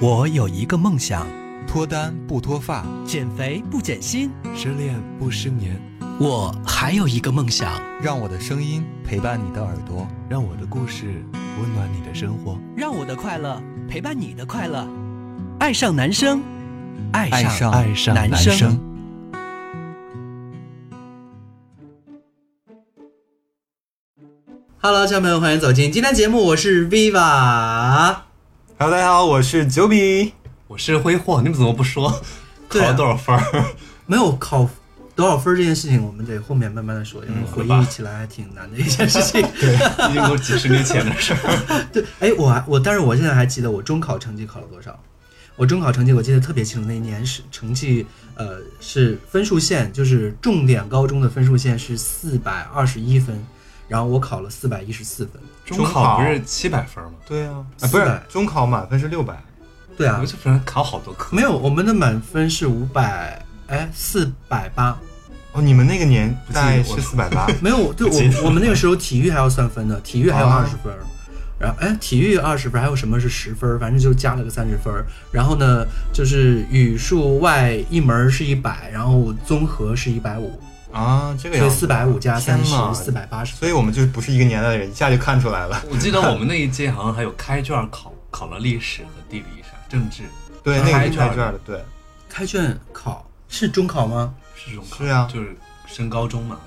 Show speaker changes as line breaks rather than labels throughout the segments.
我有一个梦想，
脱单不脱发，
减肥不减薪，
失恋不失眠。
我还有一个梦想，
让我的声音陪伴你的耳朵，
让我的故事温暖你的生活，
让我的快乐陪伴你的快乐。爱上男生，爱上
爱上
男
男生。
Hello，朋友们，欢迎走进今天节目，我是 Viva，
Hello，大家好，我是九比。
我是挥霍，你们怎么不说考
对啊
了多少分儿？
没有考多少分儿这件事情，我们得后面慢慢的说，
嗯
因为回忆起来还挺难的一件事情。
已经都几十年前的事儿。
对，哎，我还我，但是我现在还记得我中考成绩考了多少。我中考成绩我记得特别清楚，那一年是成绩，呃，是分数线，就是重点高中的分数线是四百二十一分，然后我考了四百一十四分。
中考不是七百分吗？
对啊，啊
400
不是中考满分是六百，
对啊
我，就反正考好多科。
没有，我们的满分是五百，哎，四百八，
哦，你们那个年
不记得
代
我
是四百八，
没有，对
不记得
我我们那个时候体育还要算分的，体育还有二
啊
十分儿，然后哎，体育二十分儿，还有什么是十分儿？反正就加了个三十分儿。然后呢，就是语数外一门儿是一百，然后综合是一百五，
啊，这个
所
样
以
子
四百五加
天
三十，
哪
四百八十。
所以我们就不是一个年代的人，一下就看出来了。
我记得我们那一届好像还有开卷考，考了历史和地理啥，政治
对，
啊
那个
开
是开
卷
卷的，对，
开卷考是中考吗？
是中考。
是啊
就是升高中嘛。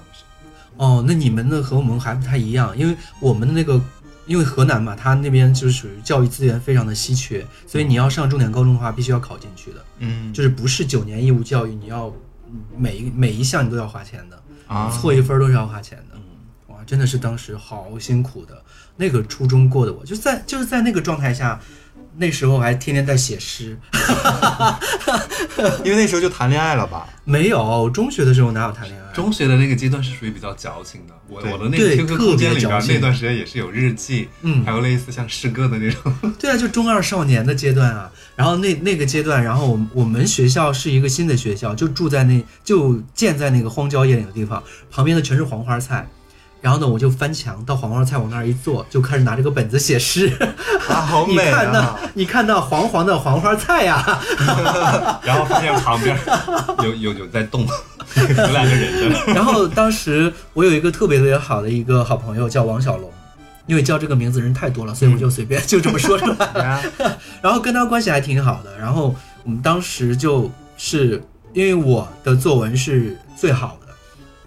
哦，那你们的和我们还不太一样，因为我们的那个，因为河南嘛，它那边就是属于教育资源非常的稀缺，所以你要上重点高中的话，必须要考进去的。
嗯，
就是不是九年义务教育，你要每一每一项你都要花钱的，
啊，
错一分都是要花钱的。哇，真的是当时好辛苦的那个初中过的我，就在就是在那个状态下，那时候还天天在写诗。
因为那时候就谈恋爱了吧？
没有，中学的时候哪有谈恋爱？啊
中学的那个阶段是属于比较矫情的，我
对
我的那
对
个 QQ 空间里
特别矫
边
情
那段时间也是有日记，
嗯
还有类似像诗歌的那种，
对啊，就中二少年的阶段啊。然后那那个阶段，然后我们我们学校是一个新的学校，就住在那就建在那个荒郊野岭的地方，旁边的全是黄花菜。然后呢，我就翻墙到黄花菜往那儿一坐，就开始拿这个本子写诗。
啊，好
你
美
看
啊
到！你看到黄黄的黄花菜啊呀、
然后发现旁边有 有有在动，有两个人的。
然后当时我有一个特别特别好的一个好朋友叫王小龙，因为叫这个名字人太多了，所以我就随便就这么说出 来。
啊
然后跟他关系还挺好的。然后我们当时就是因为我的作文是最好的，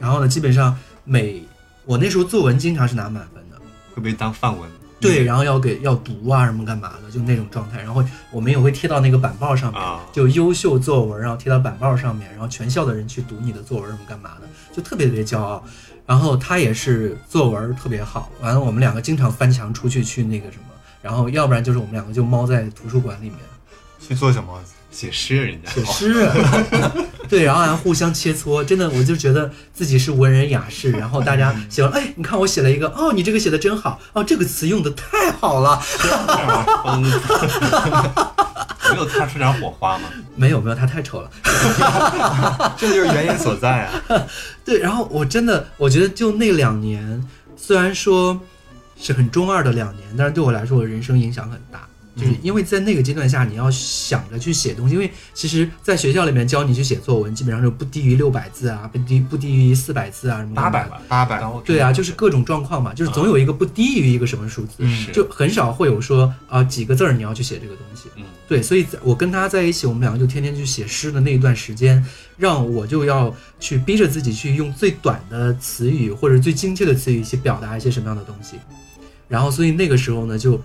然后呢，基本上每我那时候作文经常是拿满分的。
嗯
会被当范文。
对，然后要给要读啊什么干嘛的，就那种状态。然后我们也会贴到那个板报上面，
啊
就优秀作文，然后贴到板报上面，然后全校的人去读你的作文什么干嘛的，就特别特别骄傲。然后他也是作文特别好，完了我们两个经常翻墙出去去那个什么，然后要不然就是我们两个就猫在图书馆里面
去做什么？
写诗人家
写诗，对，然后还互相切磋，真的我就觉得自己是文人雅士。然后大家写完，哎，你看我写了一个，哦，你这个写的真好，哦，这个词用的太好了。
疯子，没有擦出点火花吗？
没有没有，他太丑了。
这就是原因所在啊！
对，然后我真的，我觉得就那两年，虽然说是很中二的两年，但是对我来说，我人生影响很大。就是
嗯
因为在那个阶段下，你要想着去写东西，因为其实，在学校里面教你去写作文，基本上就不低于六百字啊，不低不低于四百字啊，什么
八
干嘛
百
的
吧，
八百
然后
对啊，就是各种状况嘛，就是总有一个不低于一个什么数字，
是
嗯就很少会有说啊、几个字儿你要去写这个东西。
嗯
对，所以在我跟他在一起，我们两个就天天去写诗的那一段时间，让我就要去逼着自己去用最短的词语或者最精确的词语去表达一些什么样的东西。然后，所以那个时候呢，就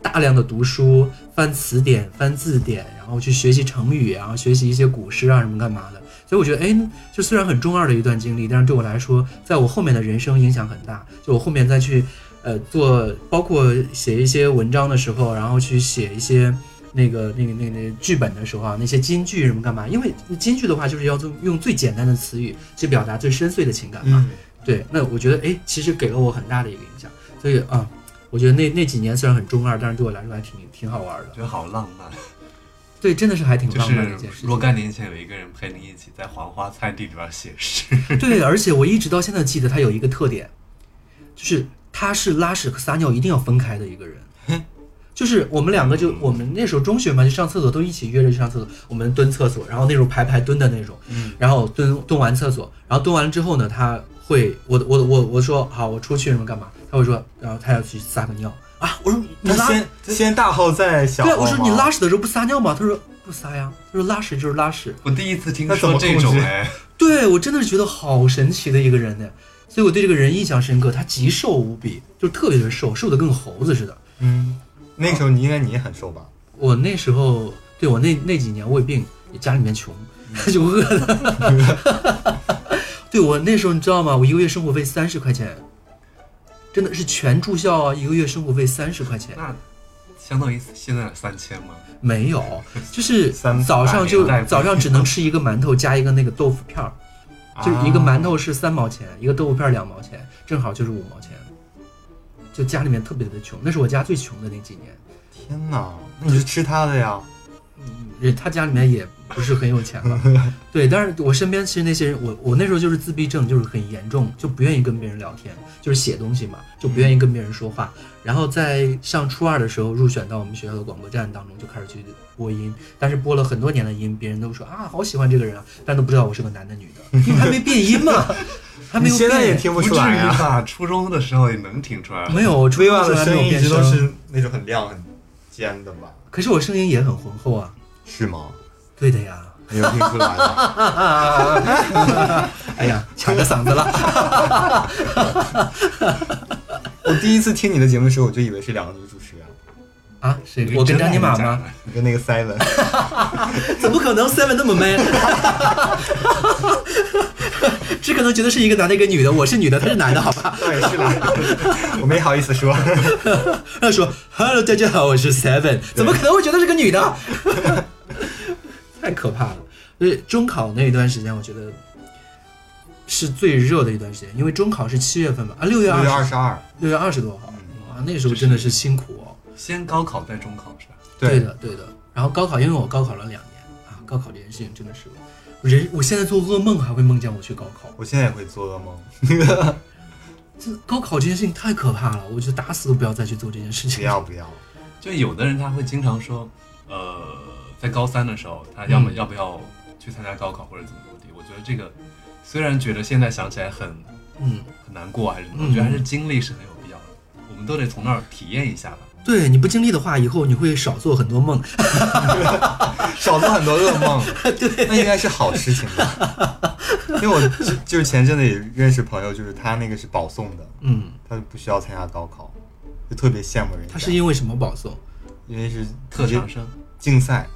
大量的读书、翻词典、翻字典，然后去学习成语，然后学习一些古诗啊什么干嘛的。所以我觉得，哎，就虽然很中二的一段经历，但是对我来说，在我后面的人生影响很大。就我后面再去，呃，做包括写一些文章的时候，然后去写一些那个那个那个那个剧本的时候啊，那些金句什么干嘛？因为金句的话，就是要用用最简单的词语去表达最深邃的情感嘛。
嗯，
对，那我觉得哎，其实给了我很大的一个影响，所以啊、我觉得那那几年虽然很中二，但是对我来说还挺挺好玩的。
觉得好浪漫，啊
对，真的是还挺
就
浪漫的一
是
件事情。
若干年前有一个人陪你一起在黄花菜地里边写诗，
对，而且我一直到现在记得他有一个特点，就是他是拉屎和撒尿一定要分开的一个人。就是我们两个
嗯
就我们那时候中学嘛，就上厕所都一起约着去上厕所，我们蹲厕所，然后那种排排蹲的那种，
嗯
然后蹲蹲完厕所，然后蹲完了之后呢，他会我我我我说好我出去什么干嘛，他会说然后他要去撒个尿啊，我说你
他
拉
先先大号再小号
对，啊
吗
我说你拉屎的时候不撒尿吗？他说不撒呀，他说拉屎就是拉屎，
我第一次听
那怎
说
么
这
控
种
制
哎，
对我真的是觉得好神奇的一个人呢，所以我对这个人印象深刻，他极瘦无比，就特别的瘦，瘦的跟个猴子似的。
嗯，那个时候你应该你也很瘦吧？
我那时候对我那那几年胃病，家里面穷， 就饿的。 对我那时候你知道吗？我一个月生活费三十块钱，真的是全住校啊，一个月生活费三十块钱
那相当于现在的三千吗？
没有，就是
三
早上就
百年代
早上只能吃一个馒头加一个那个豆腐片儿，
啊
就是一个馒头是三毛钱，一个豆腐片儿两毛钱，正好就是五毛钱。就家里面特别的穷，那是我家最穷的那几年。
天哪，那你是吃他的呀？
人他家里面也不是很有钱 了，对，但是我身边其实那些人，我我那时候就是自闭症，就是很严重，就不愿意跟别人聊天，就是写东西嘛，就不愿意跟别人说话。然后在上初二的时候入选到我们学校的广播站当中，就开始去播音，但是播了很多年的音，别人都说啊好喜欢这个人啊，但都不知道我是个男的女的，因为还没变 音嘛，还没
你
有
现在也
变。
听
不
不
至
出
于
来啊。
吧？初中的时候也能听出来。
没有，我初
微
中
婉
时
的
候还没
声
有
音一
变
直都
声，
是那种很亮很尖的吧？
可是我声音也很浑厚啊。
是吗？
对的呀，
没有听出来啊？
哎呀，卡着嗓子了。
我第一次听你的节目的时候，我就以为是两个女主持人，
啊，谁？我跟张尼玛吗？
你跟那个 Seven
怎么可能 Seven 那么 man？只可能觉得是一个男的，一个女的。我是女的，他是男的，好吧？
倒也是吧？ 我没好意思说。
他说：“Hello，大家好，我是 Seven。”怎么可能会觉得是个女的？太可怕了！所以中考那一段时间，我觉得是最热的一段时间，因为中考是七月份吧？啊，六月
六
二
月二十
十，
嗯二，
六月二十多号。哇，那时候真的是辛苦哦。
先高考再中考是吧？
对，
的，对的。然后高考，因为我高考了两年啊，高考这件事情真的是，人我现在做噩梦还会梦见我去高考。
我现在也会做噩梦，
这高考这件事情太可怕了，我就打死都不要再去做这件事
不
情。
要不要，
就有的人他会经常说，呃，在高三的时候，他要么、
嗯
要不要去参加高考或者怎么怎么地？我觉得这个虽然觉得现在想起来很
嗯，
很难过还是怎么，
嗯
我觉得还是经历是很有必要的，我们都得从那儿体验一下吧。
对你不经历的话，以后你会少做很多梦。
少做很多噩 梦，
对，
那应该是好事情吧？因为我就就是前阵子也认识朋友，就是他那个是保送的，
嗯，
他就不需要参加高考，就特别羡慕人家。
他是因为什么保送
因为是
特长生，
竞赛，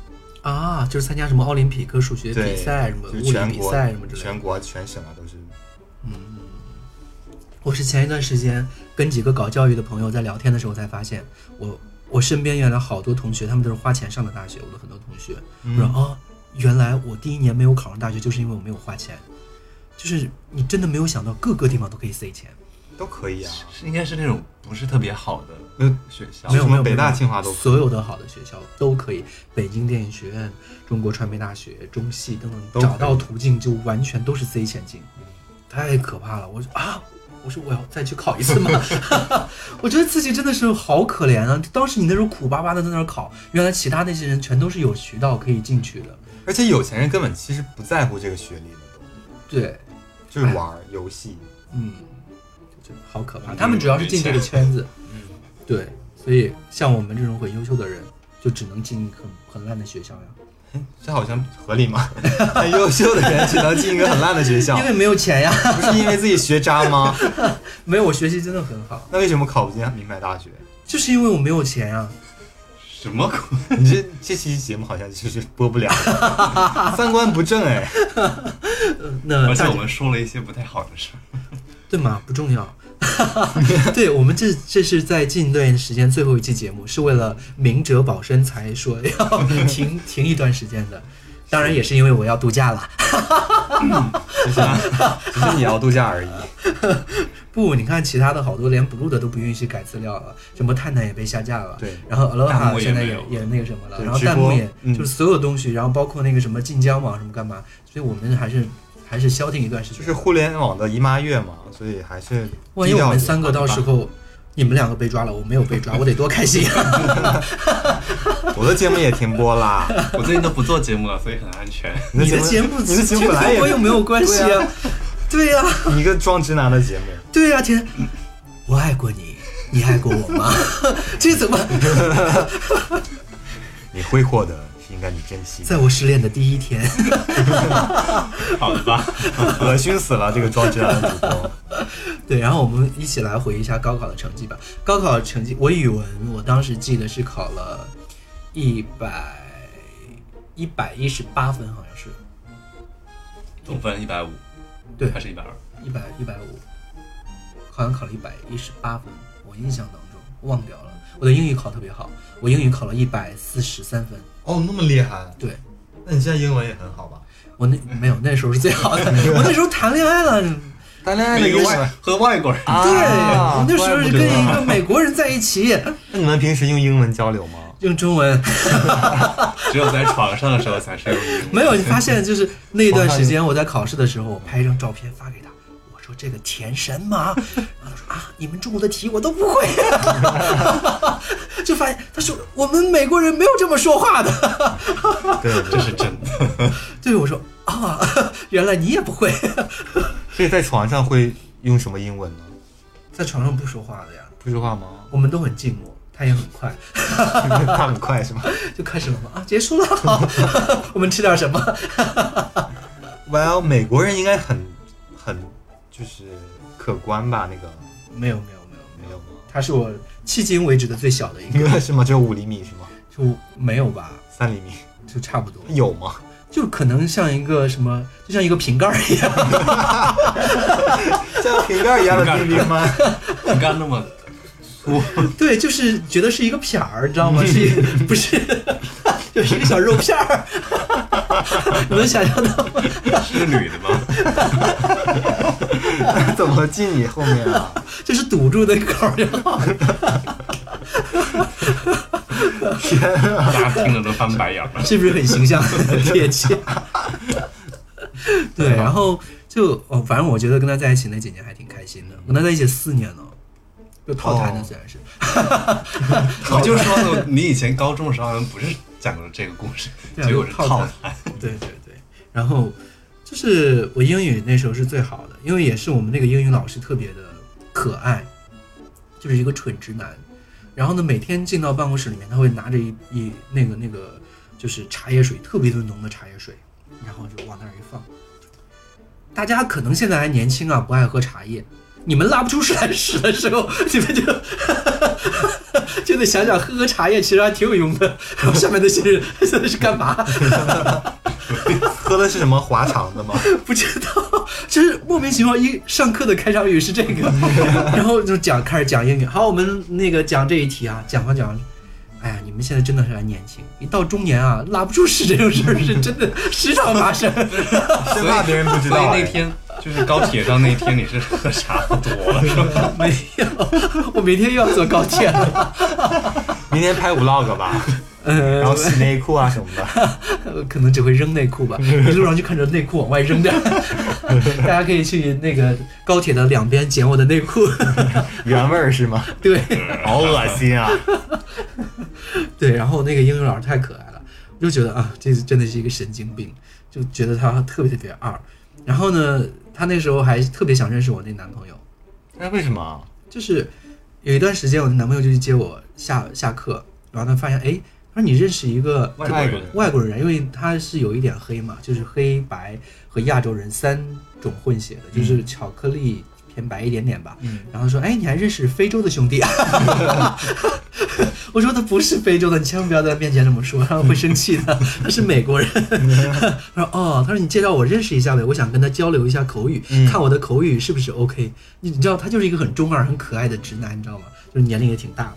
啊？就是参加什么奥林匹克数学
对
比赛、什么
就是
物理
全
比
国
赛什么之类
全
的。
国全省啊都是。
我是前一段时间跟几个搞教育的朋友在聊天的时候才发现，我我身边原来好多同学，他们都是花钱上的大学。我的很多同学，我说
嗯，
啊，原来我第一年没有考上大学，就是因为我没有花钱。就是你真的没有想到各个地方都可以塞钱。
都可以啊，
是应该是那种不是特别好的
呃，
学校
没，有
什
没有
么北
没
大、
有
清华都可以
所有的好的学校都可以，北京电影学院、中国传媒大学、中戏等
都可
等，
以
找到途径就完全都是塞钱进，太可怕了！我说啊，我说我要再去考一 次吗？我觉得自己真的是好可怜啊！当时你那时候苦巴巴的在那儿考，原来其他那些人全都是有渠道可以进去的，
而且有钱人根本其实不在乎这个学历的都，
对，
就是玩儿游戏。
嗯，就觉得好可怕。他们主要是进这个圈子，
嗯，
对，所以像我们这种很优秀的人，就只能进很很烂的学校呀。
这好像合理吗？ 很优秀的人只能进一个很烂的学校
因，为没有钱呀，
不是因为自己学渣吗？
没有我学习真的很好，
那为什么考不进名牌大学？
就是因为我没有钱呀。
什么鬼？
你这这期节目好像就是播不了了，三观不正哎。
那
而且
大
我
家
们说了一些不太好的事儿。
对吗？不重要。 对我们这这是在近段时间最后一期节目，是为了明哲保身才说要停停一段时间的。当然也是因为我要度假了。
就是只是你要度假而已。
不，你看其他的好多连 blue 的都不允许改资料了，什么探探也被下架了，
对
然后
弹
aloha
幕也
现在
没
也
有了
也那个什么了，
对
然后
直
弹幕
播
也、
嗯
就是所有东西，然后包括那个什么晋江网什么干嘛，所以我们还是还是消停一段时间
就。是互联网的姨妈月嘛，所以还是
万
低
一我
调
们
点
三个到时候你们两个被抓了，我没有被抓，我得多开心啊！
我的节目也停播啦，
我最近都不做节目了，所以很安全。
你的
目
节目，
你的节目
跟
本来也
我又没有关系啊，对呀、
你一个装直男的节目，
对呀、天，我爱过你，你爱过我吗？ 这怎么？
你挥霍的应该你珍 惜，
在我失恋的第一天，
好的吧，
恶心死了这个装直男的主播。
对，然后我们一起来回忆一下高考的成绩吧。高考成绩，我语文我当时记得是考了一百一百一十八分，好像是，
总分一百五，
对
还，是一百二？
一百一百五，好像考了一百一十八分，我印象当中忘掉了。我的英语考特别好，我英语考了一百四十三分。
哦，那么厉害？
对，
那你现在英文也很好吧？
我那没有那时候是最 好的，我那时候谈恋爱了，
谈恋爱的
每
英
个
文
外和外国人，
啊
对，我那时候是跟一
怪
个
不得
美国人在一起，
那你们平时用英文交流 吗？
用中文。
只有在床上的时候才是用英语。
没有，你发现就是那段时间我在考试的时候，我拍一张照片发给他，我说这个填什 么？然后他说啊，你们中国的题我都不会， 就发现他说我们美国人没有这么说话的。
对，
这是真的。
对，我说啊， 原来你也不会，
所以在床上会用什么英文呢？
在床上不说话的呀，
不说话 吗？
我们都很静默。他也很快
他很快是吗
就开始了嘛啊，结束了， 好，我们吃点什么？
？Well，美国人应该很很就是客观吧？那个
没有没有没有没
没
有，
有吗？
他是我迄今为止的最小的一
应
个，
该是吗？只有五厘米是吗？
就没有吧，
三厘米
就差不多。
有吗？
就可能像一个什么，就像一个瓶盖儿一样。
像瓶盖一样的冰冰吗？
你刚那么
对，就是觉得是一个片儿，知道吗？是一不是？ 就是一个小肉片儿， 你能想象到吗？
是女的吗？
怎么进你后面啊？
就是堵住那口儿就好了。
大家听着都翻白眼了。
是不是很形象、 很贴切？对，然后就哦，反正我觉得跟他在一起那几年还挺开心的，跟他在一起四年呢，就套餐的
哦
虽然是，
我就说呢，你以前高中的时候好像不是讲过这个故事，
对啊
结果是套餐。
对对对，然后就是我英语那时候是最好的，因为也是我们那个英语老师特别的可爱，就是一个蠢直男。然后呢，每天进到办公室里面，他会拿着一一那个那个就是茶叶水，特别的浓的茶叶水，然后就往那儿一放。大家可能现在还年轻啊，不爱喝茶叶。你们拉不出屎来屎的时候，你们就 就得想想喝喝茶叶其实还挺有用的。 然后下面那些人 现在是干嘛？
喝的是什么滑肠的吗？
不知道，就是莫名其妙一上课的开场语是这 个，然后就讲开始讲英语。好，我们那个讲这一题啊，讲完讲完，哎呀，你们现在真的是还年轻，一到中年啊，拉不住屎这种事儿是真的时常发生。
生怕别人不知道、
所以
哎
那天就是高铁上那天，你是喝茶多了是吧？
没有，我明天又要坐高铁了。
明天拍 vlog 吧，
呃
然后洗内裤啊什么的。
可能只会扔内裤吧，一路上就看着内裤往外 扔点儿。大家可以去那个高铁的两边捡我的内裤。
原味儿是吗？
对。
好恶心啊！
对，然后那个英语老师太可爱了，我就觉得啊，这是真的是一个神经病，就觉得他特别特别二。然后呢，他那时候还特别想认识我那男朋友，
那哎为什么？
就是有一段时间我的男朋友就去接我下下课，然后他发现哎，他说你认识一个
外国人
外国人，因为他是有一点黑嘛，就是黑白和亚洲人三种混血的，就是
嗯
巧克力偏白一点点吧。
嗯
然后说，哎，你还认识非洲的兄弟啊？ 我说他不是非洲的，你千万不要在他面前这么说，他会生气的。他是美国人。他说哦，他说你介绍我认识一下呗，我想跟他交流一下口语，
嗯
看我的口语是不是 OK。你你知道他就是一个很中二、很可爱的直男，你知道吗？就是年龄也挺大的。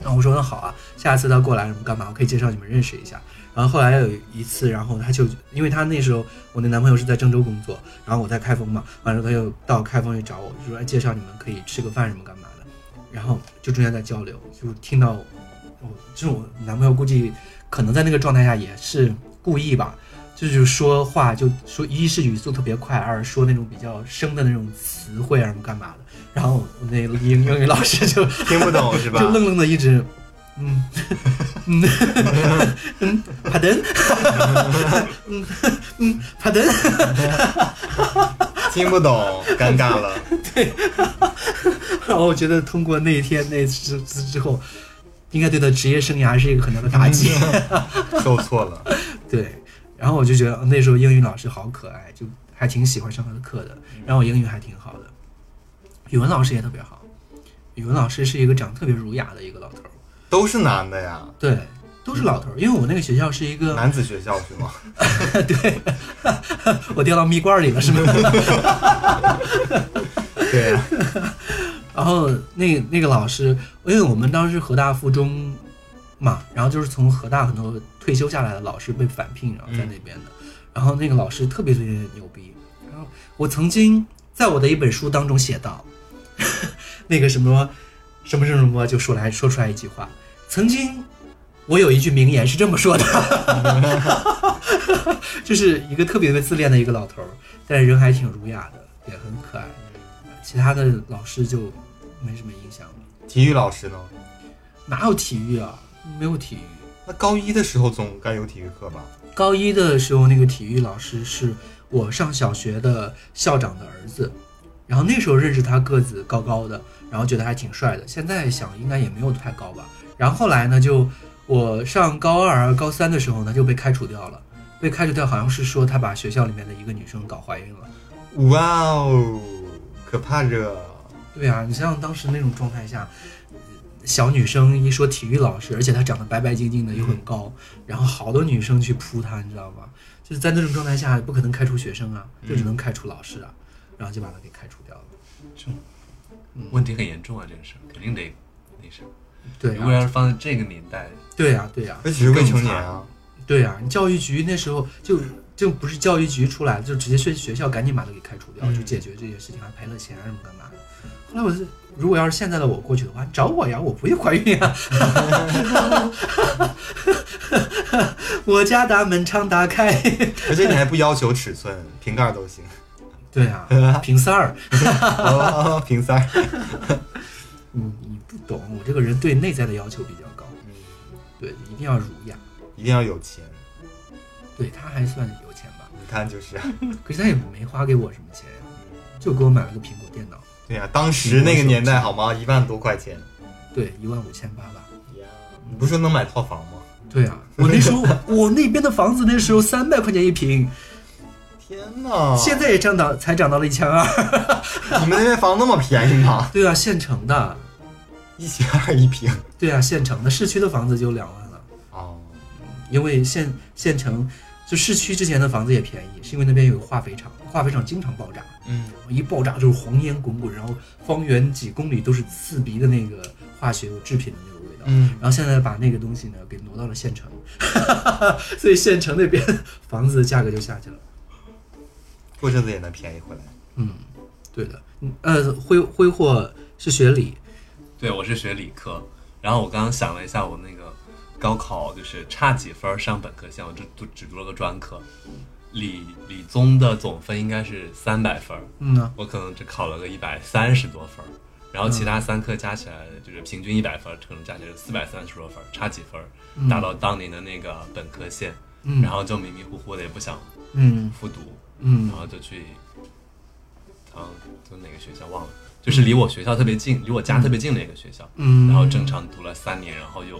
然后我说那好啊，下次他过来什么干嘛，我可以介绍你们认识一下。然后后来有一次，然后他就因为他那时候我那男朋友是在郑州工作，然后我在开封嘛，完了他又到开封去找我，就说哎介绍你们可以吃个饭什么干嘛的，然后就中间在交流，就听到我，就是我男朋友估计可能在那个状态下也是故意吧，就是说话就说一是语速特别快，二是说那种比较生的那种词汇啊什么干嘛的。然后我那英英语老师就
听不懂 是吧？
就愣愣的一直，嗯，嗯，嗯，帕登，嗯嗯，帕登，
听不懂，尴尬了。
然后我觉得通过那一天那次之之后，应该对他职业生涯是一个很大的打
嗯
击。
受挫了，
对，然后我就觉得那时候英语老师好可爱，就还挺喜欢上他的课的。然后我英语还挺好的，语文老师也特别好。语文老师是一个长得特别儒雅的一个老头儿，
都是男的呀，
对，都是老头儿。因为我那个学校是一个
男子学校是吗？
对，我掉到蜜罐里了是吗？
对啊呀，
然后那那个老师，因为我们当时河大附中嘛，然后就是从河大很多退休下来的老师被返聘，然后在那边的，然后那个老师特别特别牛逼。然后我曾经在我的一本书当中写到， 那个什么什么什么什么，就说来说出来一句话，曾经我有一句名言是这么说的， 就是一个特别自恋的一个老头儿，但是人还挺儒雅的，也很可爱。其他的老师就没什么影响了。
体育老师呢？
哪有体育啊？没有体育。
那高一的时候总该有体育课吧？
高一的时候，那个体育老师是我上小学的校长的儿子，然后那时候认识他，个子高高的，然后觉得还挺帅的。现在想应该也没有太高吧。然后后来呢，就我上高二、高三的时候呢，就被开除掉了。被开除掉好像是说他把学校里面的一个女生搞怀孕了。
哇哦，可怕热！
对啊，你想想当时那种状态下，小女生一说体育老师，而且她长得白白净净的又很高，然后好多女生去扑她，你知道吗？就是在那种状态下，不可能开除学生啊，就只能开除老师啊，然后就把她给开除掉了。
问题很严重啊，这个事儿肯定得那啥。
对
如果要
啊，
是放在这个年代，
对啊，对啊，
而且是未成年啊，
对啊，你教育局那时候就就不是教育局出来，就直接去学校赶紧把他给开除掉，
嗯
就解决这些事情，还赔了钱什么干嘛的。后来我就，如果要是现在的我过去的话，你找我呀，我不会怀孕啊。 我家大门常打开。
而且你还不要求尺寸，瓶盖都行，
对啊，平三儿，
哦瓶塞儿。
你你不懂，我这个人对内在的要求比较高，
嗯
对，一定要儒雅。
一定要有钱，
对他还算有钱吧，
你看就是，
可是他也没花给我什么钱呀、就给我买了个苹果电脑，
对呀、当时那个年代好吗？一万多块钱，
对，一万五千八吧。
你不是说能买套房吗？
对 啊，我那时候我那边的房子那时候三百块钱一平，
天哪！
现在也涨到才涨到了一千二。
你们那边房那么便宜吗？
对啊，现成的。
一千二一平。
对啊，现成的。市区的房子就两万了，
哦，
因为县县城就市区之前的房子也便宜，是因为那边有个化肥厂，化肥厂经常爆炸，
嗯，
一爆炸就是黄烟滚滚，然后方圆几公里都是刺鼻的那个化学制品的那个味道。
嗯，
然后现在把那个东西呢给挪到了县城， 所以县城那边房子的价格就下去了。
过阵子也能便宜回来。
嗯，对的，嗯呃，挥挥霍是学理，
对我是学理科，然后我刚刚想了一下，我那个高考就是差几分儿上本科线，我就就只读了个专科，理理综的总分应该是三百分儿，
嗯呢，
我可能只考了个一百三十多分儿，然后其他三科加起来就是平均一百分儿，可能加起来就四百三十多分儿，差几分儿达到当年的那个本科线，
嗯，
然后就迷迷糊糊的也不想
嗯
复读，
嗯
然后就去，嗯，就哪个学校忘了，就是离我学校特别近，离我家特别近的一个学校，
嗯，
然后正常读了三年，然后又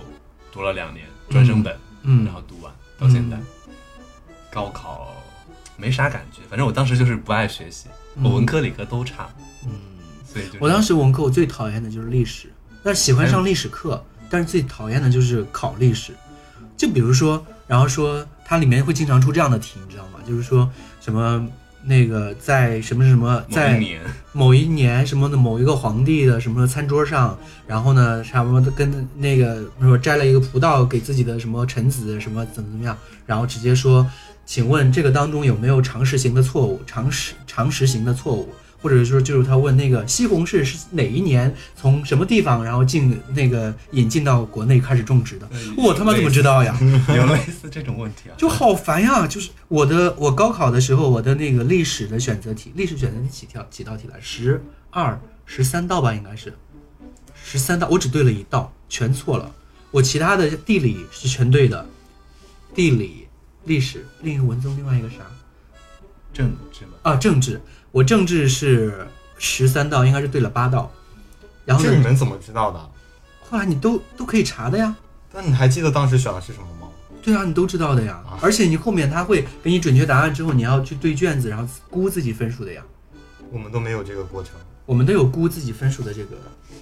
读了两年专升本，
嗯，
然后读完到现在，高考没啥感觉，反正我当时就是不爱学习，
嗯
我文科理科都差，
嗯，
所以就是
我当时文科我最讨厌的就是历史，但是喜欢上历史课，但是最讨厌的就是考历史，就比如说，然后说它里面会经常出这样的题，你知道吗？就是说什么那个在什么什么
某
在
一 年
某一年什么的某一个皇帝的什么餐桌上，然后呢，差不多跟那个比如说摘了一个葡萄给自己的什么臣子什么怎么怎么样，然后直接说，请问这个当中有没有常识型的错误？常识常识型的错误，或者说就是他问那个西红柿是哪一年从什么地方然后进那个引进到国内开始种植的？我他妈怎么知道呀？
有类似这种问题啊？
就好烦呀！就是我的我高考的时候，我的那个历史的选择题，历史选择题几条几道题来？十二、十三道吧，应该是十三道，我只对了一道，全错了。我其他的地理是全对的，地理、历史，另一个文综，另外一个啥？
政治嘛，
啊，政治，我政治是十三道，应该是对了八道。然后
这你
呢，
们怎么知道的？
后来你都都可以查的呀，
那你还记得当时选的是什么吗？
对啊，你都知道的呀
啊。
而且你后面他会给你准确答案之后，你要去对卷子，然后估自己分数的呀。
我们都没有这个过程。
我们都有估自己分数的这个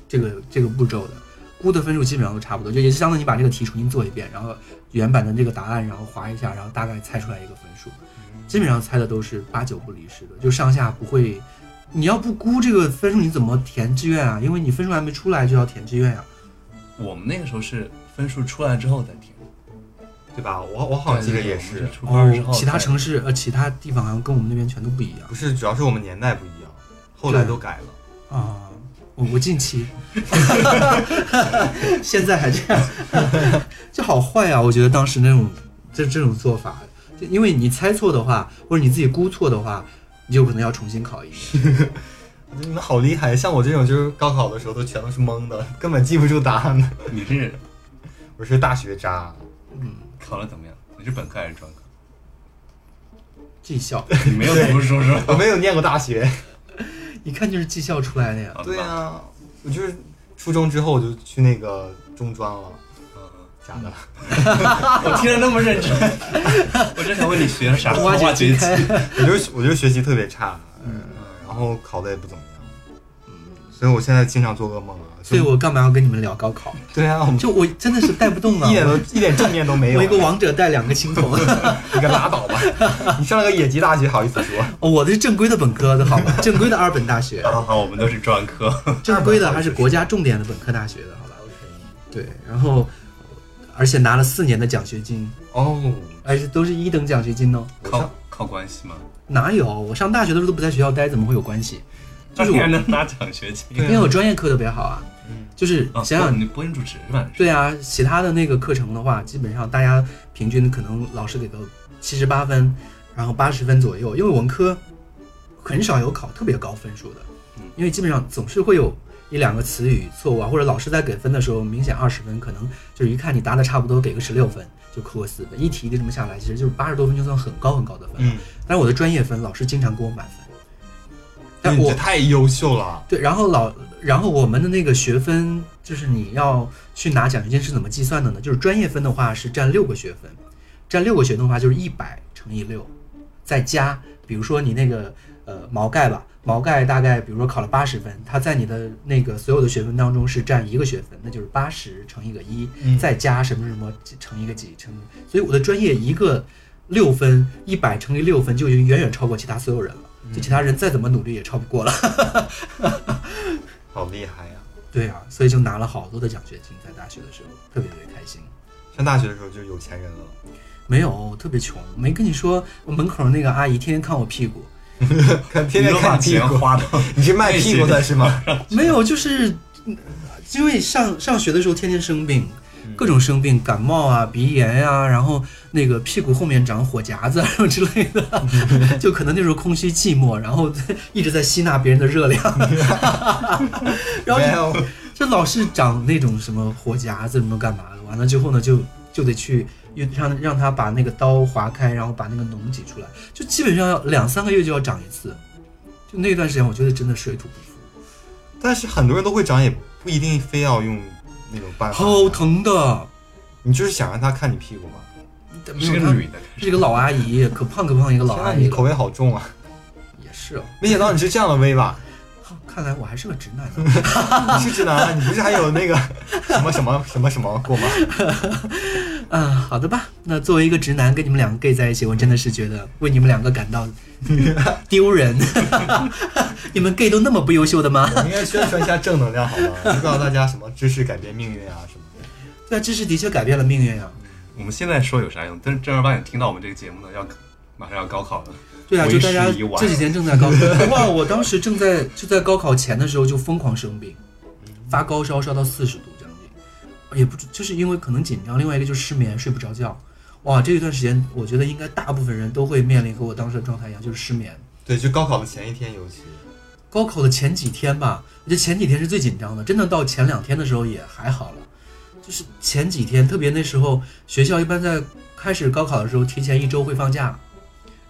这个这个步骤的，估的分数基本上都差不多，就也是相当于你把这个题重新做一遍，然后原版的这个答案，然后划一下，然后大概猜出来一个分数，
嗯
基本上猜的都是八九不离十的，就上下不会。你要不估这个分数，你怎么填志愿啊？因为你分数还没出来就要填志愿啊呀、
我们那个时候是分数出来之后再填，
对吧？我我好像记得也是，
出分之后
哦，
再，
其他城市呃，其他地方好像跟我们那边全都不一样
不是，主要是我们年代不一样，后来都改了。
啊。我我近 期，现在还这样， 就好坏啊！我觉得当时那种这这种做法，就因为你猜错的话，或者你自己估错的话，你就可能要重新考一 遍。
我觉得你们好厉害，像我这种就是高考的时候都全都是蒙的，根本记不住答案的。
你是
我是大学 渣，
考了怎么样？你是本科还是专科？
技校，
你没有读书 是吧？
我没有念过大学。
一看就是技校出来的呀。
好的吧
对呀、，我就是初中之后我就去那个中专了，
嗯嗯
假的。
我听着那么 认真，我真想问你学了啥？
挖掘机开
我就是我就是学习特别差，嗯，然后考的也不怎么样，嗯，所以我现在经常做噩梦啊。就
所以我干嘛要跟你们聊高考？
对啊， 我们
就我真的是带不动啊！
一点 都
我
一点正面都没有。啊
我一个王者带两个 青铜，
你给拉倒 吧！你上了个野鸡大学，好意思说？
哦我的是正规的本科的好吧？正规的二本大学，
好好，我们都是专科。
正规的还是国家重点的本科大学的好吧？对，然后而且拿了四年的奖学金，
哦，
而且都是一等奖学金哦。
我
靠
上
靠关系吗？
哪有？我上大学的时候都不在学校待，怎么会有关系？
那
就是
你还
我
能拿奖学金？
对啊嗯哦
因为我专业课特别好啊，就是
啊，
想想
你播音主持是吧？
对啊，其他的那个课程的话，基本上大家平均可能老师给个七十八分，然后八十分左右，因为文科很少有考特别高分数的
嗯，
因为基本上总是会有一两个词语错误啊，或者老师在给分的时候明显二十分，可能就是一看你答的差不多，给个十六分就扣个四分，一题就这么下来，其实就是八十多分就算很高很高的分了。
嗯，
但是我的专业分老师经常给我满分，但
你
我
这太优秀了，
对，然后老，然后我们的那个学分，就是你要去拿奖学金是怎么计算的呢？就是专业分的话是占六个学分，占六个学分的话就是一百乘以六，再加，比如说你那个呃毛概吧，毛概大概比如说考了八十分，它在你的那个所有的学分当中是占一个学分，那就是八十乘以个一，
嗯
再加什么什么乘一个几乘，所以我的专业一个六分，一百乘以六分就已经远远超过其他所有人了。就其他人再怎么努力也超不过了。
好厉害呀、
对啊，所以就拿了好多的奖学金，在大学的时候特别特别开心。
上大学的时候就有钱人了，
没有，特别穷，没跟你说，我门口那个阿姨天天看我屁股，
看天
你
天
都把
看屁
钱
股，
花到
你是卖屁股的是 吗？
没有，就是嗯因为上上学的时候天天生病，各种生病，感冒啊、鼻炎啊，然后那个屁股后面长火夹子啊什么之类的，就可能那时候空虚寂寞，然后一直在吸纳别人的热量，然后
没
就
有，
这老是长那种什么火夹子，什么干嘛的，完了之后呢，就就得去又让让他把那个刀划开，然后把那个脓挤出来，就基本上要两三个月就要长一次。就那段时间，我觉得真的水土不
但是很多人都会长，也不一定非要用那种办法。
服，好！疼的。
你就是想让他看你屁股吗？
没
是
有
个
她
女的，
是一个老阿姨，可胖可胖一个老
天呐，
阿
哎你
姨
口
了，
味好重啊！
也是哦。
没想到你是这样的威吧？
看来我还是个直男啊、
你是直男啊？你不是还有那 个什么什么什么什么过吗？
嗯，好的吧。那作为一个直男，跟你们两个 gay 在一起，我真的是觉得为你们两个感到丢人。你们 gay 都那么不优秀的吗？
我们应该宣传一下正能量好吗？ 就告诉大家什么知识改变命运啊什么的。
对啊，知识的确改变了命运呀、
我们现在说有啥用？但是正儿八经听到我们这个节目呢，要马上要高考了，
对啊，
为
就大家
时已晚
这几天正在 高考，哇！我当时正在就在高考前的时候就疯狂生病，发高烧烧到四十度将近，也不知就是因为可能紧张，另外一个就是失眠睡不着觉，哇！这一段时间我觉得应该大部分人都会面临和我当时的状态一样，就是失眠。
对，就高考的前一天，尤其
高考的前几天吧，我觉得前几天是最紧张的，真的到前两天的时候也还好了，就是前几天，特别那时候学校一般在开始高考的时候提前一周会放假，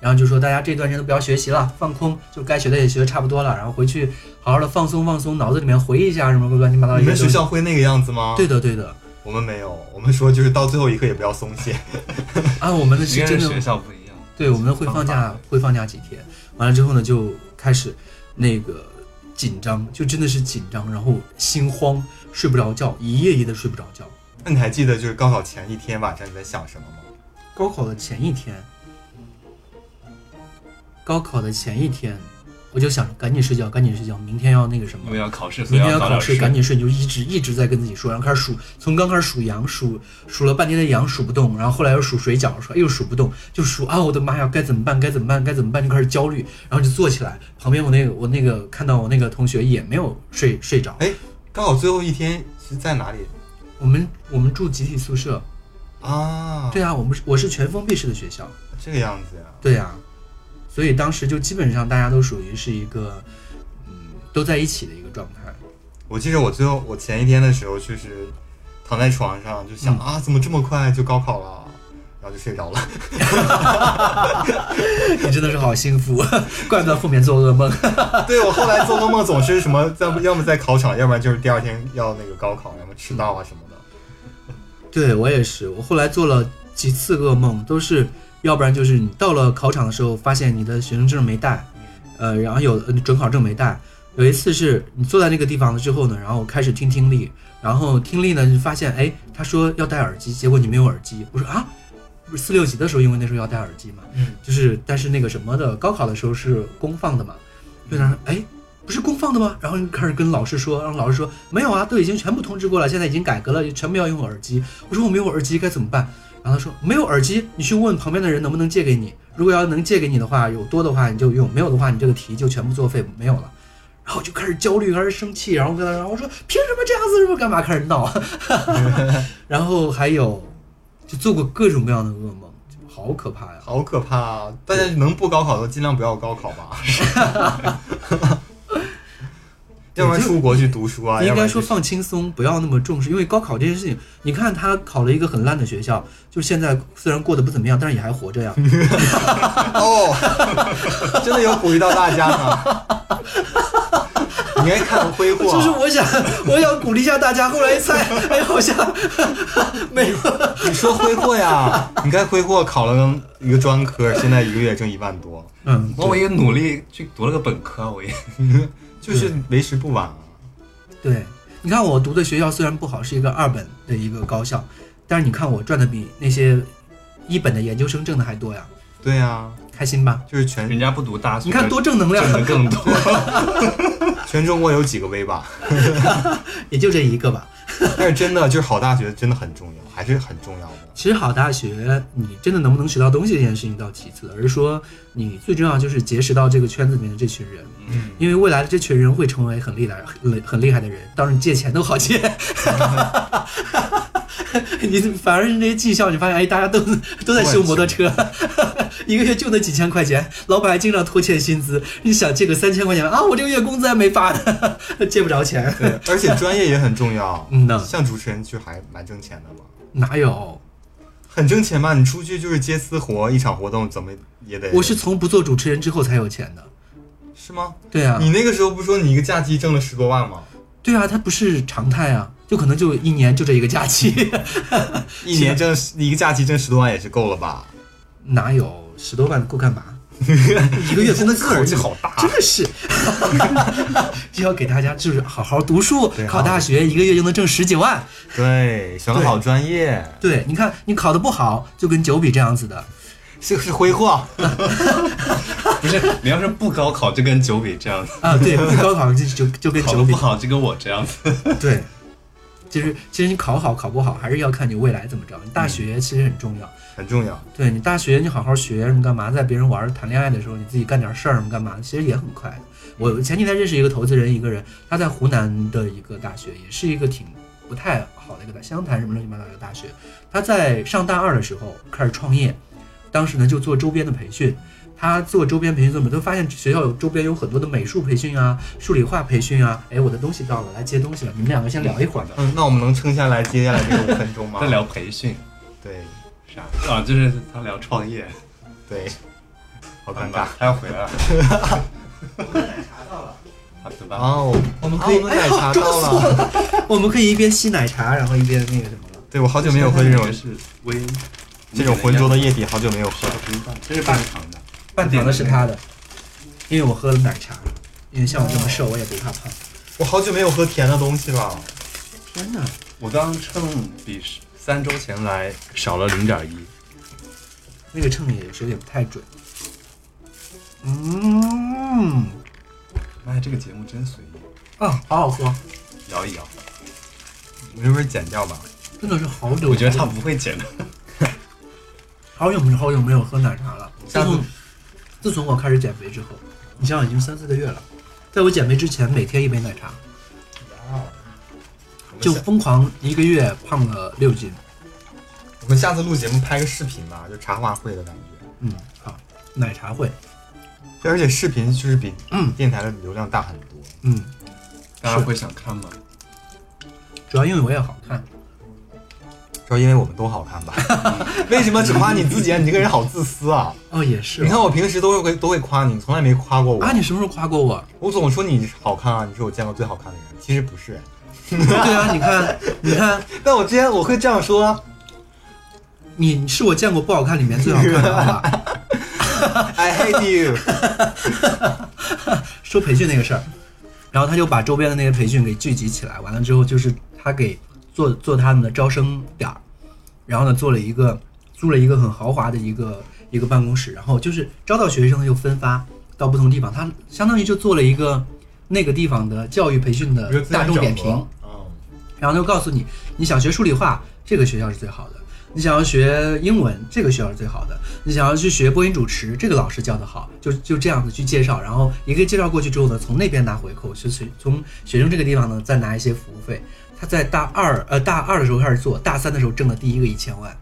然后就说大家这段时间都不要学习了，放空，就该学的也学的差不多了，然后回去好好的放松放松，脑子里面回忆一下什么乱七八糟的一
你
些
们
东西。
学校会那个样子吗？
对，的对的
我们没有，我们说就是到最后一刻也不要松懈。
啊，我们的
应
是
该
真
是
的
学校不一样。
对，我们会放
方
假
法，
会放假几天。完了之后呢，就开始那个紧张，就真的是紧张，然后心慌，睡不着觉，一夜一夜的睡不着觉。
那你还记得就是高考前一天晚上你在想什么吗？
高考的前一天，高考的前一天，我就想赶紧睡觉，赶紧睡觉，明天要那个什么
因为。要考试，所以
明天要
早
考
点
试，
睡。
赶紧睡，你就一直一直在跟自己说，然后开始数，从刚开始数羊，数数了半天的羊数不动，然后后来又数水饺，说又哎数不动，就数啊，我的妈呀，该怎么办？该怎么办？该怎么办？就开始焦虑，然后就坐起来，旁边我那个我那个看到我那个同学也没有睡睡
哎
着，
高考最后一天是在哪里
我们我们住集体宿舍，
啊？
对啊，我们是我是全封闭式的学校，
这个样子呀、
对呀、所以当时就基本上大家都属于是一个，嗯，都在一起的一个状态。
我记得我最后我前一天的时候，就是躺在床上就想、
嗯
啊，怎么这么快就高考了，然后就睡着了。
你真的是好幸福，啊 怪不得后面做噩梦。
对我后来做噩梦总是什么，要不要么在考场，要不然就是第二天要那个高考，要么迟到啊什么的。
对我也是，我后来做了几次噩梦，都是要不然就是你到了考场的时候，发现你的学生证没带，呃，然后有呃准考证没带。有一次是你坐在那个地方了之后呢，然后我开始听听力，然后听力呢就发现，哎，他说要戴耳机，结果你没有耳机。我说啊，不是四六级的时候，因为那时候要戴耳机嘛，
嗯，
就是但是那个什么的，高考的时候是公放的嘛，就在那儿哎。不是公放的吗？然后就开始跟老师说，然后老师说没有啊，都已经全部通知过了，现在已经改革了，全部要用耳机。我说我没有耳机该怎么办？然后他说没有耳机，你去问旁边的人能不能借给你。如果要能借给你的话，有多的话你就用，没有的话你这个题就全部作废，没有了。然后我就开始焦虑，开始生气，然后跟他，然后我说凭什么这样子，是不是干嘛开始闹？ 然后还有就做过各种各样的噩梦，就好可怕呀！
好可怕啊！大家能不高考的尽量不要高考吧， 要不然出国去读书啊，
应
要不
该
然
说
就是
放轻松，不要那么重视，因为高考这件事情，你看他考了一个很烂的学校，就现在虽然过得不怎么样，但是也还活着呀。
哦，真的有鼓励到大家呢。你应该看挥霍啊，
就是我想， 我想鼓励一下大家。后来一猜，哎，好像没有。
你说挥霍呀，你该挥霍，考了一个专科，现在一个月挣一万多，
嗯，
那我也努力去读了个本科，我也
就是
嗯
为时不晚啊。
对，你看我读的学校虽然不好，是一个二本的一个高校，但是你看我赚的比那些一本的研究生挣的还多呀，
对呀，
开心吧？
就是
人
全
家不读大学，
你看多正能量
挣，的更多。
全中国有几个 V 吧？
也就这一个吧。
但是真的就是好大学真的很重要，还是很重要的。
其实好大学，你真的能不能学到东西这件事情倒其次，而是说你最重要就是结识到这个圈子里面的这群人，
嗯，
因为未来的这群人会成为很厉害、很很厉害的人。当然，借钱都好 借，你反而是那些技校，你发现哎，大家都都在修摩托车，一个月就那几千块钱，老板还经常拖欠薪资。你想借个三千块钱啊，我这个月工资还没发呢， 借不着钱，
对，而且专业也很重要。
嗯呐
像主持人就还蛮挣钱的嘛，
哪有？
很挣钱吧？你出去就是接私活，一场活动怎么也得
我是从不做主持人之后才有钱的。
是吗？
对啊，
你那个时候不是说你一个假期挣了十多万吗？
对啊，它不是常态啊，就可能就一年就这一个假期，
一年挣一个假期挣十多万也是够了吧？
哪有十多万够干嘛？一个月工资
口气好大，
真的是， 就要给大家就是好好读书
对，
考大学一个月就能挣十几万。
对，选个好专业，
对，你看你考的不好，就跟九比这样子的，
是是挥霍，
不是，你要是不高考，就跟九比这样子；
啊，对，不高考就就就跟
考
九
得
比
不，好，就跟我这样子。
对，其实其实你考好考不好，还是要看你未来怎么着。你大学其实很重要，
很重要。
对你大学你好好学什么干嘛，在别人玩儿谈恋爱的时候，你自己干点事儿什么干嘛，其实也很快的。我前几天认识一个投资人，一个人他在湖南的一个大学，也是一个挺不太好的一个大湘潭什么乱七八糟的大学。他在上大二的时候开始创业，当时呢就做周边的培训。他做周边培训做什么？他发现学校有周边有很多的美术培训啊、数理化培训啊。哎，我的东西到了，来接东西了。你们两个先聊一会儿。
嗯，那我们能撑下来接下来这个五分钟吗？
在 聊培训
对
啥啊，就是他聊创业，
对，好
好
尴尬。
他要回来了。啊，怎么办？
哦，我们可以奶茶
撞
到
死我
了。
了！ 我们可以一边吸奶茶，然后一边那个什么了。
对我好久没有喝这种
是微
这种浑浊的液体，好久没有喝了。
这是半糖的。
半糖的是他的，因为我喝了奶茶。因为像我这么瘦，我也不怕胖。
我好久没有喝甜的东西了。
天哪！
我刚称比三周前来少了零点一，
那个秤也有时候也不太准。嗯，
妈呀，这个节目真随意，
啊，好好喝，
摇一摇。你是不是剪掉吧？
真的是好久。
我觉得他不会剪的。
好久没有好久没有喝奶茶了。自
下次
从自从我开始减肥之后，你想想已经三四个月了。在我减肥之前，每天一杯奶茶，就疯狂一个月胖了六斤。
我们下次录节目拍个视频吧，就茶话会的感觉。
嗯，好，奶茶会，
而且视频就是比
嗯
电台的流量大很多。
嗯，
大家会想看吗？
主要因为我也好看。
主要因为我们都好看吧？ 为什么只夸你自己啊？你这个人好自私啊！
哦，也是。
你看我平时都会都会夸你，你从来没夸过我
啊，。你什么时候夸过我？
我总说你好看啊，你是我见过最好看的人，其实不是。
对啊，你看，你看，
但我之前我会这样说，
你是我见过不好看里面最好看的，好吧？
I hate you。
说培训那个事儿，然后他就把周边的那些培训给聚集起来，完了之后就是他给做做他们的招生点儿，然后呢做了一个租了一个很豪华的一个一个办公室，然后就是招到学生又分发到不同地方，他相当于就做了一个那个地方的教育培训
一个
的
自然
大众点
整
评
合，嗯，
然后就告诉你，你想学数理化，这个学校是最好的；你想要学英文，这个学校是最好的；你想要去学播音主持，这个老师教的好，就就这样子去介绍。然后一个介绍过去之后呢，从那边拿回扣，就是从学生这个地方呢再拿一些服务费。他在大二呃大二的时候开始做，大三的时候挣了第一个一千万。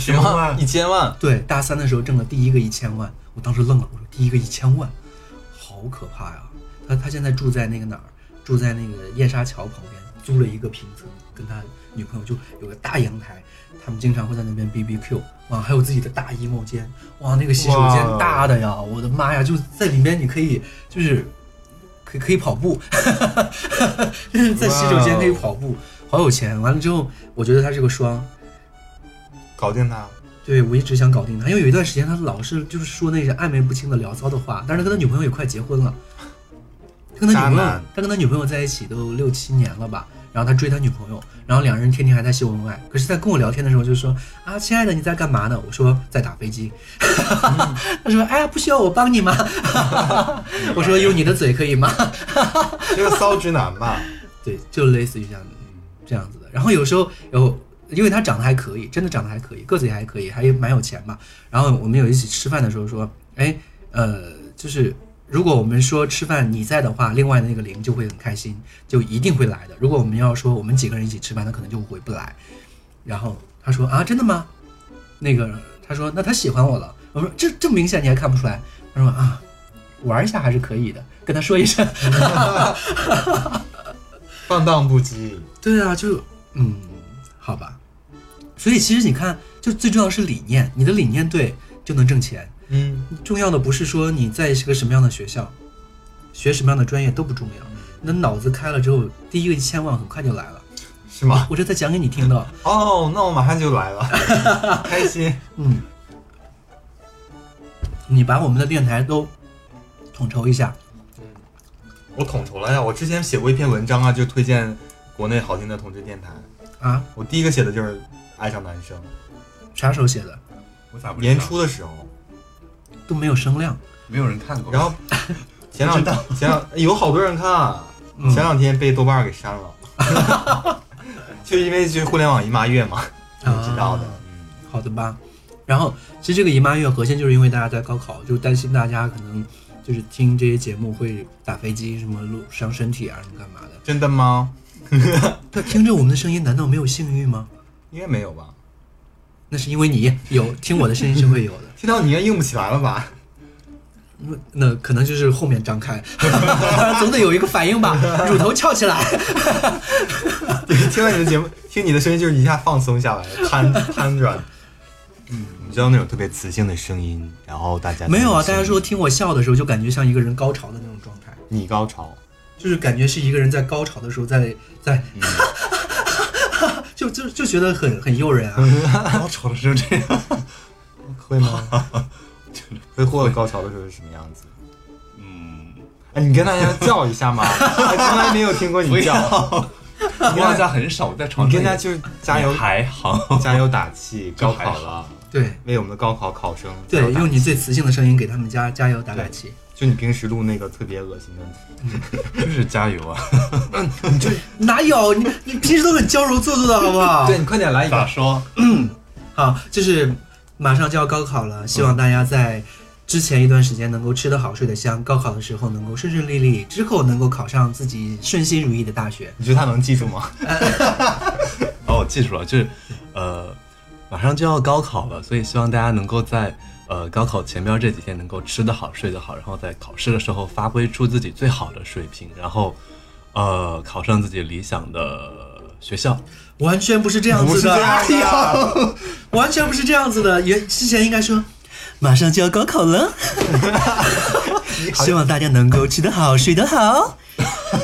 什么一千万？
对，大三的时候挣了第一个一千万，我当时愣了，我说第一个一千万，好可怕呀！他他现在住在那个哪儿？住在那个燕莎桥旁边，租了一个平层，跟他女朋友就有个大阳台，他们经常会在那边 B B Q，哇，还有自己的大衣帽间，哇，那个洗手间
哇
大的呀，我的妈呀，就在里面你可以就是可以可以跑步， 就是在洗手间可以跑步，好有钱。完了之后，我觉得他是个双，
搞定他！
对，我一直想搞定他，因为有一段时间他老是就是说那些暧昧不清的聊骚的话，但是他跟他女朋友也快结婚了，他跟他女朋
渣
友
男，
他跟他女朋友在一起都六七年了吧，然后他追他女朋友，然后两人天天还在秀恩爱，可是，在跟我聊天的时候就说啊，亲爱的你在干嘛呢？我说在打飞机，
嗯
他说哎呀不需要我帮你吗？ 我说用你的嘴可以吗？
这个骚直男吧，
对，就类似于这样的这样子的。然后有时候有，因为他长得还可以，真的长得还可以，个子也还可以，还蛮有钱嘛。然后我们有一起吃饭的时候说，哎，呃，就是如果我们说吃饭你在的话，另外那个零就会很开心，就一定会来的。如果我们要说我们几个人一起吃饭，他可能就回不来。然后他说啊，真的吗？那个他说那他喜欢我了。我说这这么明显你还看不出来？他说啊，玩一下还是可以的，跟他说一声。
放荡不羁。
对啊，就嗯，好吧。所以其实你看，就最重要的是理念，你的理念对就能挣钱。
嗯，
重要的不是说你在是个什么样的学校，学什么样的专业都不重要。你的脑子开了之后，第一个一千万很快就来了。
是吗？
我这才讲给你听的。
哦，那我马上就来 了，开心。
嗯，你把我们的电台都统筹一下，
我统筹了呀，我之前写过一篇文章啊，就推荐国内好听的同志电台。
啊，
我第一个写的就是《爱上男生
啥时候写的
我咋》，不知道
年初的时候，
都没有声量。
没有人看过。
然后 前两前两有好多人看啊，
嗯
前两天被豆瓣儿给删了。就因为就互联网姨妈月嘛，
啊
你知道的。
好的吧。然后，其实这个姨妈月核心就是因为大家在高考，就担心大家可能就是听这些节目会打飞机，什么路伤身体啊，什么干嘛的。
真的吗？
那听着我们的声音，难道没有性欲吗？
应该没有吧？
那是因为你有听我的声音是会有的。
听到你应该硬不起来了吧？
那那可能就是后面张开， 总得有一个反应吧，乳头翘起来。
对，听完你的节目，听你的声音就是一下放松 下来，瘫瘫软。嗯，你知道那种特别磁性的声音，然后大家
没有啊，
在
大家说听我笑的时候，就感觉像一个人高潮的那种状态，
你高潮，
就是感觉是一个人在高潮的时候在在， 就就就觉得很很诱人啊。
高潮的时候这 样，
会吗？ 挥霍高潮的时候是什么样子？
嗯，
哎，你跟大家叫一下 嘛，哎从来没有听过
不
你叫，
要，我好像很少在床
你
上
跟
也，
大家就是加油
还好，
加油打气，
就
高
还
考
好
了，
对
为我们的高考考生加
对，
油打
用
气
你最磁性的声音给他们加加油打打气。
就你平时录那个特别恶心的，
就是加油啊！
哪有你你平时都很娇柔做作的好 不好？
你快点来一
啊咋
个，
说？
好，就是马上就要高考了，希望大家在之前一段时间能够吃得好、睡得香，高考的时候能够顺顺利利，之后能够考上自己顺心如意的大学。
你觉得他能记住吗？
哦，我记住了，就是呃，马上就要高考了，所以希望大家能够在呃高考前边这几天能够吃得好、睡得好，然后在考试的时候发挥出自己最好的水平，然后呃考上自己理想的学校。
完全不是这样
不
子
是
的，
这样的
哎呦完全不是这样子的。原之前应该说。马上就要高考 了，希望大家能够吃得好、睡得好，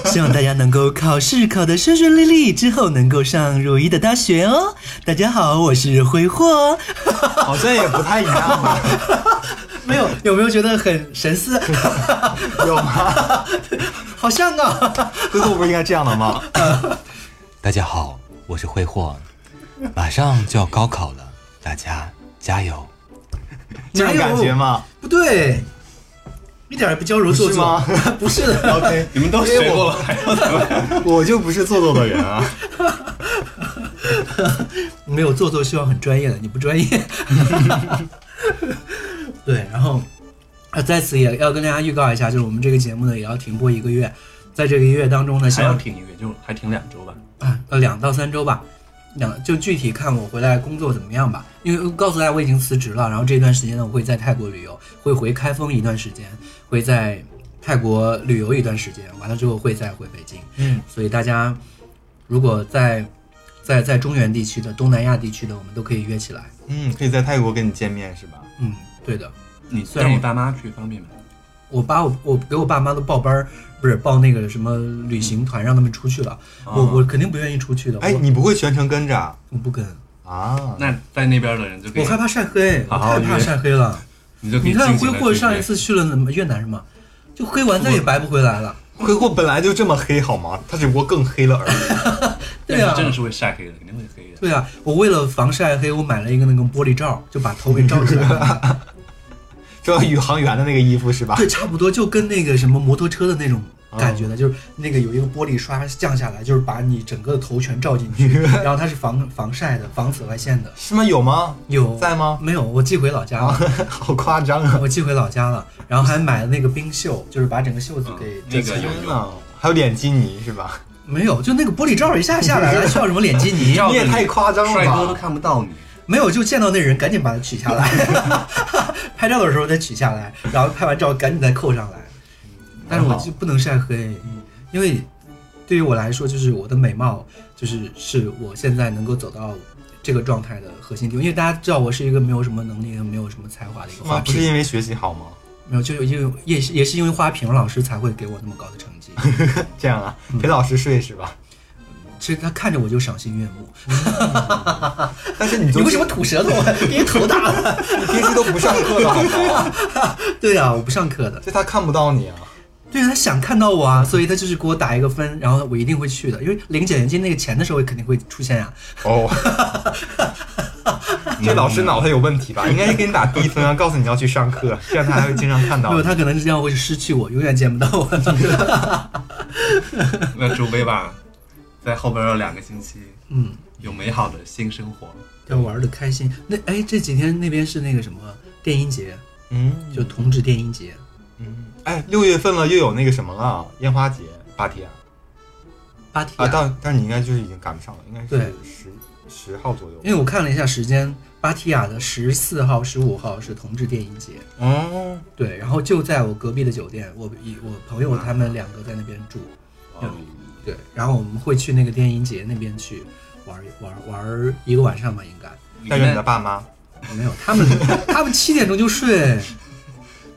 希望大家能够考试考得顺顺利利，之后能够上如意的大学哦。大家好，我是挥霍，
好像也不太一样啊 吧？
没有，有没有觉得很神 似？
有吗？
好像啊，
歌颂不是应该这样的吗？
大家好，我是挥霍，马上就要高考了，大家加油！
这种感觉吗？
不对，一点也不娇柔做作， 不是的。
？OK，
你们都学过了，还要怎么样？
我就不是做作的人啊。
没有做作需要很专业的，你不专业。 对，然后啊，在此也要跟大家预告一下，就是我们这个节目呢也要停播一个月，在这个月当中呢，希
还要
望
停一个月，就还停两周吧。
啊呃两到三周吧，两就具体看我回来工作怎么样吧。因为告诉大家我已经辞职了，然后这段时间呢我会在泰国旅游，会回开封一段时间，会在泰国旅游一段时间，完了之后会再回北京。
嗯，
所以大家如果在在在中原地区的、东南亚地区的，我们都可以约起来。
嗯，可以在泰国跟你见面是吧？
嗯，对的，
你
虽然
让你
我
爸妈去方便吗？
我把我我给我爸妈都报班儿，不是报那个什么旅行团，让他们出去了。我
哦
我肯定不愿意出去的。
哎，
我
你不会全程跟着啊
我不跟，
啊？
那在那边的人就可
我
以，
害怕晒黑，我
好好
太怕
约
晒黑了。
你 就可以
你看
尽
挥
情地
霍
去
上一
约
次去了那么越南是吗？就黑完再也白不回来了。
挥霍本来就这么黑好吗？他只不过更黑了而已。
对啊
但是，真的是会晒黑的，肯定会黑的。
对啊，我为了防晒黑，我买了一个那个玻璃罩，就把头给罩起来了。
就宇航员的那个衣服是吧？
对，差不多就跟那个什么摩托车的那种
哦
感觉的，就是那个有一个玻璃刷降下来，就是把你整个头全罩进 去，然后它是防防晒的，防紫外线的。
是吗？有吗？
有
在吗？
没有？我寄回老家
啊
了，，
好夸张啊！
我寄回老家了，然后还买了那个冰袖，就是把整个袖子
嗯
给
那
遮
个
起来。
有
天
用，
哪，还有脸基尼是吧？
没有，就那个玻璃罩一下下来了，还 需要什么脸基尼？
你也太夸张了吧
帅哥都看不到你。
没有，就见到那人赶紧把它取下来， 拍照的时候再取下来，然后拍完照赶紧再扣上来。但是我就不能晒黑，
嗯
因为对于我来说，就是我的美貌，就是是我现在能够走到这个状态的核心地方。因为大家知道我是一个没有什么能力、没有什么才华的一个
是
花
吗？不是
瓶，
因为学习好吗？
没有，就是因为也是也是因为花瓶老师才会给我那么高的成 绩。
这样啊，
嗯
陪老师睡是 吧？
其实他看着我就赏心悦目，
但是你
你
就
为什么吐舌头？啊 别头大了。
你平时都不上课的好吗？
对啊，我不上课的。
就他看不到你啊。
对他想看到我啊，所以他就是给我打一个分，然后我一定会去的，因为领奖学金那个钱的时候肯定会出现啊呀、
哦，
嗯
这老师脑袋有问题吧？应该给你打低分啊，告诉你要去上课，这样他还会经常看到
没有，
你。
他可能是这样 会失去我，永远见不到我。
那周杯吧，在后边的两个星期
嗯，
有美好的新生活。
要玩的开心。那哎，这几天那边是那个什么电音节，
嗯，
就同志电音节。
嗯，哎，六月份了，又有那个什么了，烟花节，啊芭提雅
芭提
啊，
雅，
但但你应该就是已经赶不上了，应该
对
是十十号左右。
因为我看了一下时间，芭提雅的十四号、十五号是同志电音节，
哦，
对，然后就在我隔壁的酒店，我我朋友他们两个在那边住，
嗯
哇
对，然后我们会去那个电音节那边去玩玩玩一个晚上吧，应该
呃你
带着你的
跟
爸妈，
没有，他们他们七点钟就睡，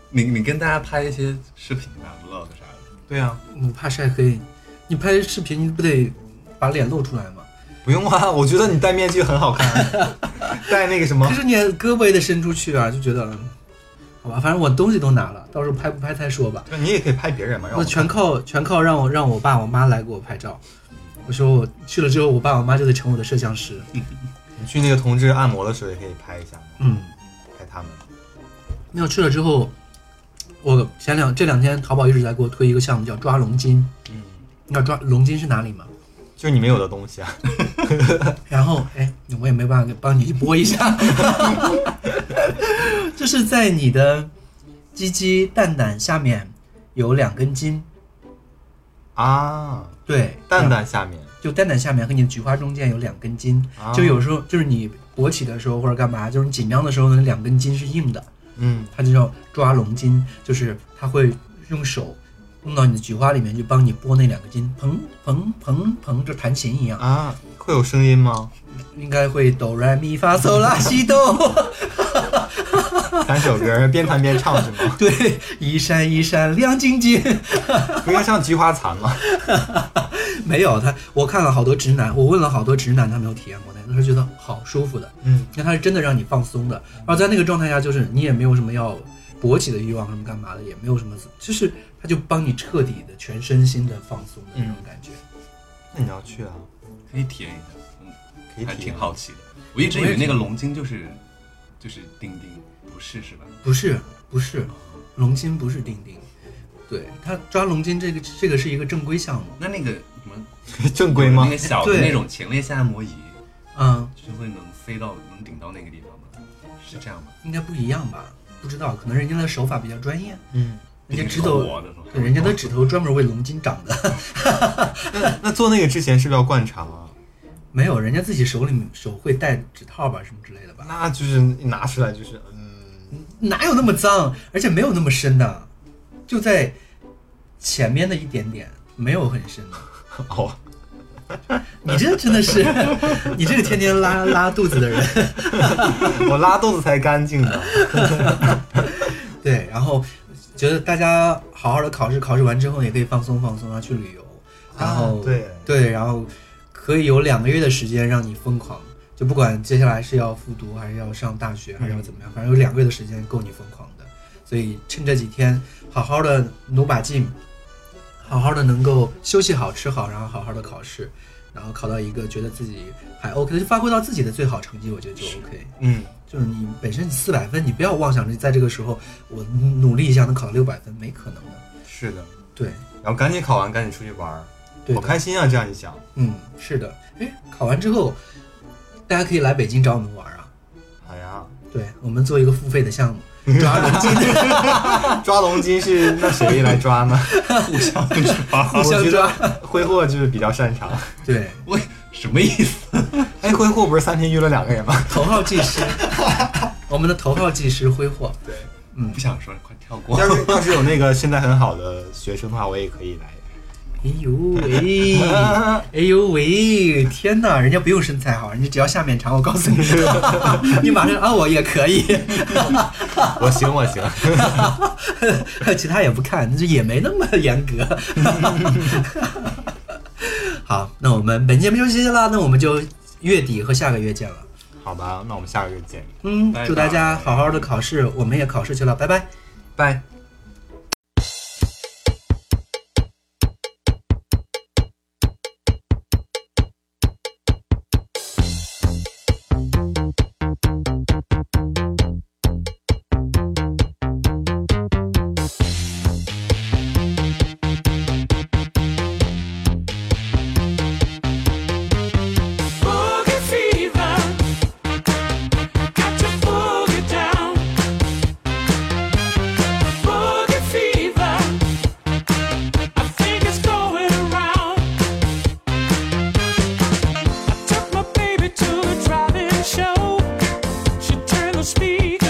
你你跟大家拍一些视频啊、vlog 啥的，
对啊，
我怕晒黑，你拍视频你不得把脸露出来吗？
不用啊，我觉得你戴面具很好看，啊 戴那个什么
可，是你胳膊也得伸出去啊，就觉得，嗯好吧，反正我东西都拿了，到时候拍不拍再说吧。
你也可以拍别人嘛，让
那
我
全靠全靠让我让我爸我妈来给我拍照。我说我去了之后，我爸我妈就得成我的摄像师。
你去那个同志按摩的时候也可以拍一下嘛，
嗯，
拍他们。
那我去了之后，我前两这两天淘宝一直在给我推一个项目叫抓龙筋。
嗯，
你知道抓龙筋是哪里吗？
就是你没有的东西啊，
然后哎，我也没办法给帮你播一下， 就是在你的鸡鸡蛋蛋下面有两根筋，
啊，
对，
蛋蛋下面
就蛋蛋下面和你的菊花中间有两根筋，
啊
就有时候就是你勃起的时候或者干嘛，就是你紧张的时候呢，那两根筋是硬的，
嗯，
它就叫抓龙筋，就是它会用手弄到你的菊花里面，就帮你拨那两个筋，砰砰砰砰，就弹琴一样，
啊，会有声音吗？
应该会哆来咪发嗦拉西哆，
三首歌边弹边唱是 吗？
对，一闪一闪亮晶晶。
不应该唱《菊花残》吗？
没有他，我看了好多直男，我问了好多直男，他没有体验过那个，他觉得好舒服的，
嗯，
那它是真的让你放松的。然后在那个状态下，就是你也没有什么要勃起的欲望，什么干嘛的，也没有什么，就是它就帮你彻底的全身心的放松的那种感觉。
那你要去啊，
可以体验一下，嗯，
可以
还
体验
挺。好奇的。我一直以为那个龙筋就是就是钉钉，不是是吧？
不是，不是，龙筋不是钉钉，对他抓龙筋这个这个是一个正规项目，
那那个什么
正规吗
那个？小的
对
那种前列腺按摩仪，
嗯，
就是会能塞到能顶到那个地方吗？是这样吗？
应该不一样吧？不知道，可能人家的手法比较专业，
嗯，
人家
顶
指
着
头，
活的时候
对，人家的指头专门为龙筋长的。
那那做那个之前是不是要灌肠啊？
没有，人家自己手里手会戴指套吧，什么之类的吧？
那就是一拿出来就是，嗯，
哪有那么脏？而且没有那么深的，就在前面的一点点，没有很深的。
哦，
你这真的是， 你这个天天拉拉肚子的人。
我拉肚子才干净 呢。
对，然后觉得大家好好的考试，考试完之后也可以放松放松，然后去旅游，然后、
啊对
对，然后可以有两个月的时间让你疯狂，就不管接下来是要复读还是要上大学
嗯
还是要怎么样，反正有两个月的时间够你疯狂的。所以趁这几天好好的努把劲，好好的能够休息好、吃好，然后好好的考试，然后考到一个觉得自己还 OK 的，就发挥到自己的最好成绩，我觉得就 OK。
嗯，
就是你本身四百分，你不要妄想着在这个时候我努力一下能考到六百分，没可能的。
是的。
对，
然后赶紧考完，赶紧出去玩儿，
对
好
的，
开心啊！这样一想，
嗯，是的。哎，考完之后，大家可以来北京找我们玩啊。
好哎呀。
对，我们做一个付费的项目，抓龙筋，
抓龙筋是那谁来抓 呢？
互相抓，
互相抓。
挥霍就是比较擅长。
对，
我什么意思？
哎，挥霍不是三天约了两个人吗？
头号技师，我们的头号技师挥霍。
对，
嗯
不，想说，快跳 过。
要是要是有那个身材很好的学生的话，我也可以来。
哎呦喂，哎呦喂，天哪，人家不用身材好，人家只要下面长，我告诉你，你马上啊，我也可以。
我行，我行。
其他也不看，就也没那么严格。 好，那我们本期节目就这些啦，那我们就月底和下个月见了。
好吧，那我们下个月见，
嗯，
拜拜
祝大家好好的考试，我们也考试去了，拜拜。
拜。
你